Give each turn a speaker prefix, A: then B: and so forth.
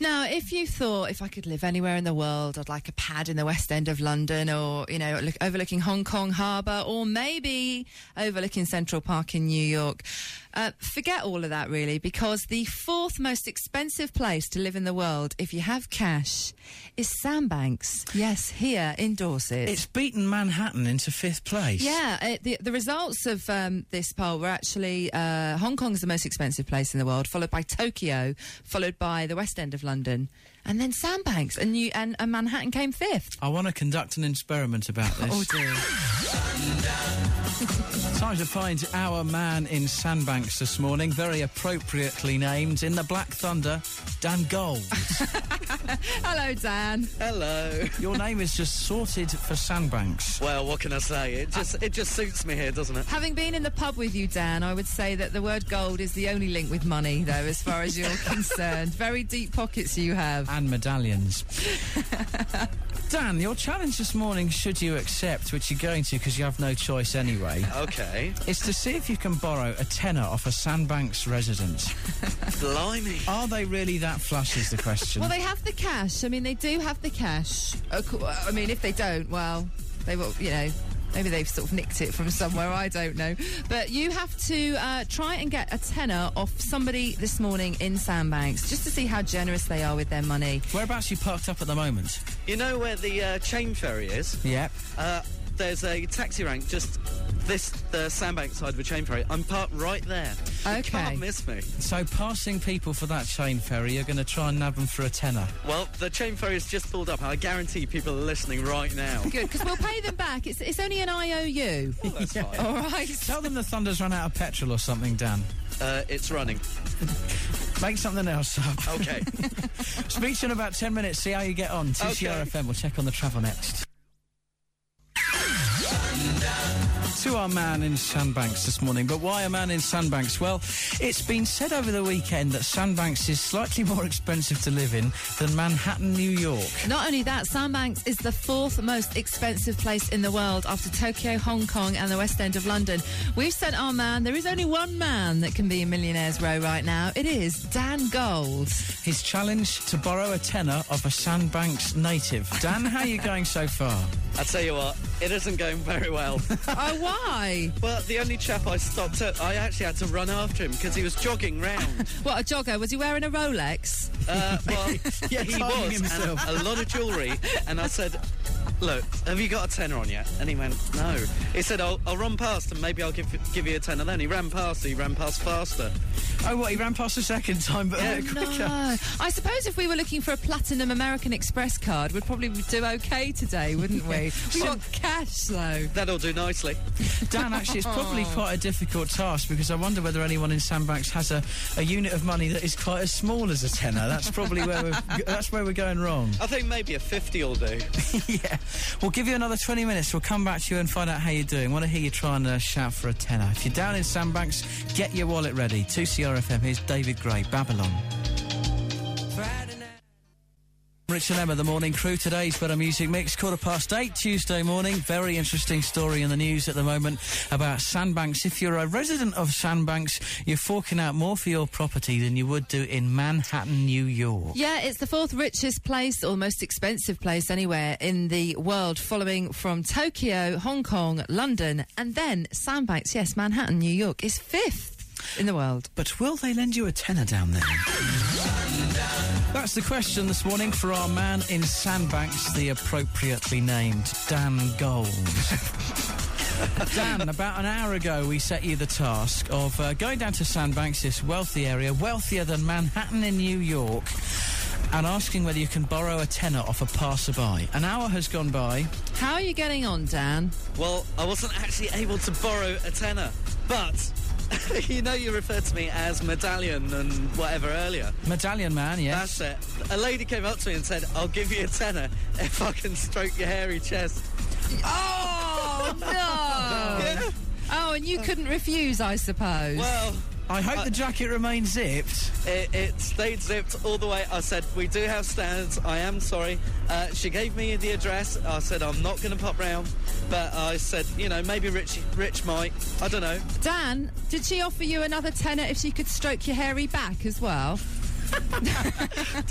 A: Now, if you thought if I could live anywhere in the world, I'd like a pad in the West End of London, or you know, look, overlooking Hong Kong Harbour, or maybe overlooking Central Park in New York, uh, forget all of that really, because the fourth most expensive place to live in the world, if you have cash, is Sandbanks. Yes, here in Dorset.
B: It's beaten Manhattan into fifth place.
A: Yeah, uh, the, the results of um, this poll were actually uh, Hong Kong's the most expensive place in the world, followed by Tokyo, followed by the West End of London, and then Sandbanks, and you and, and Manhattan came fifth.
B: I want to conduct an experiment about this.
A: Oh dear.
B: Time to find our man in Sandbanks this morning, very appropriately named in the Black Thunder, Dan Gold.
A: Hello, Dan.
C: Hello.
B: Your name is just sorted for Sandbanks.
C: Well, what can I say? It just it just suits me here, doesn't it?
A: Having been in the pub with you, Dan, I would say that the word gold is the only link with money, though, as far as you're concerned. Very deep pockets you have.
B: and medallions. Dan, your challenge this morning, should you accept, which you're going to because you have no choice anyway,
C: Okay.
B: is to see if you can borrow a tenner off a Sandbanks resident.
C: Blimey.
B: Are they really that flush? Is the question.
A: Well, they have the cash. I mean, they do have the cash. Of cou- I mean, if they don't, well, they will, you know. Maybe they've sort of nicked it from somewhere, I don't know. But you have to uh, try and get a tenner off somebody this morning in Sandbanks just to see how generous they are with their money.
B: Whereabouts you parked up at the moment?
C: You know where the uh, chain ferry is?
B: Yep.
C: Uh, there's a taxi rank just this the sandbank side of a chain ferry. I'm parked right there. You
A: Okay.
C: can't miss me.
B: So passing people for that chain ferry, you're going to try and nab them for a tenner.
C: Well, the chain ferry has just pulled up. I guarantee people are listening right now.
A: Good, because we'll pay them back. It's, it's only an IOU.
C: Well, that's fine.
A: All right.
B: Tell them the Thunder's run out of petrol or something, Dan.
C: Uh, it's running.
B: Make something else up.
C: Okay.
B: Speak to you in about 10 minutes, see how you get on. TCR
C: Okay.
B: FM, we'll check on the travel next. To our man in Sandbanks this morning, but why a man in Sandbanks? Well, it's been said over the weekend that Sandbanks is slightly more expensive to live in than Manhattan, New York.
A: Not only that, Sandbanks is the fourth most expensive place in the world after Tokyo, Hong Kong, and the West End of London. We've sent our man. There is only one man that can be in Millionaire's Row right now. It is Dan Gold.
B: His challenge to borrow a tenner of a Sandbanks native. Dan, how are you going so far?
C: I tell you what, it isn't going very well.
A: oh, why?
C: well, the only chap I stopped at, I actually had to run after him because he was jogging round.
A: What, a jogger? Was he wearing a Rolex?
C: Uh, well, yeah, he
B: Timing
C: was. and
B: himself.
C: a lot of jewellery. And I said, look, have you got a tenner on yet? And he went, no. He said, I'll, I'll run past and maybe I'll give, give you a tenner then. He ran past, he ran past faster.
B: Oh, what? He ran past the second time, but a bit quicker.
A: Oh, No. I suppose if we were looking for a platinum American Express card, we'd probably do okay today, wouldn't we? We want cash, though.
C: That'll do nicely.
B: Dan, actually, it's probably quite a difficult task because I wonder whether anyone in Sandbanks has a, a unit of money that is quite as small as a tenner. That's probably where we're g- that's where we're going wrong.
C: I think maybe a 50 will do.
B: yeah, we'll give you another twenty minutes. We'll come back to you and find out how you're doing. Want to hear you try and uh, shout for a tenner? If you're down in Sandbanks, get your wallet ready. Two CRFM. Here's David Gray, Babylon. Rich and Emma, the morning crew. Today's Better Music Mix, quarter past eight, Tuesday morning. Very interesting story in the news at the moment about sandbanks. If you're a resident of sandbanks, you're forking out more for your property than you would do in Manhattan, New York.
A: Yeah, it's the fourth richest place or most expensive place anywhere in the world, following from Tokyo, Hong Kong, London, and then Sandbanks. Yes, Manhattan, New York is fifth in the world.
B: But will they lend you a tenner down there? That's the question this morning for our man in Sandbanks, the appropriately named Dan Gold. Dan, about an hour ago, we set you the task of uh, going down to Sandbanks, this wealthy area, wealthier than Manhattan in New York, and asking whether you can borrow a tenner off a passerby. An hour has gone by.
A: How are you getting on, Dan?
C: Well, I wasn't actually able to borrow a tenner, but. you know, you referred to me as medallion and whatever earlier.
B: Medallion man, yes.
C: That's it. A lady came up to me and said, I'll give you a tenner if I can stroke your hairy chest.
A: Oh no!
C: Yeah.
A: Oh, and you couldn't refuse, I suppose.
C: Well,
B: I hope the jacket remains zipped.
C: It, it stayed zipped all the way. I said, We do have standards. I am sorry. Uh, she gave me the address. I said, I'm not going to pop round. But I said, You know, maybe Rich, Rich might. I don't know.
A: Dan, did she offer you another tenner if she could stroke your hairy back as well?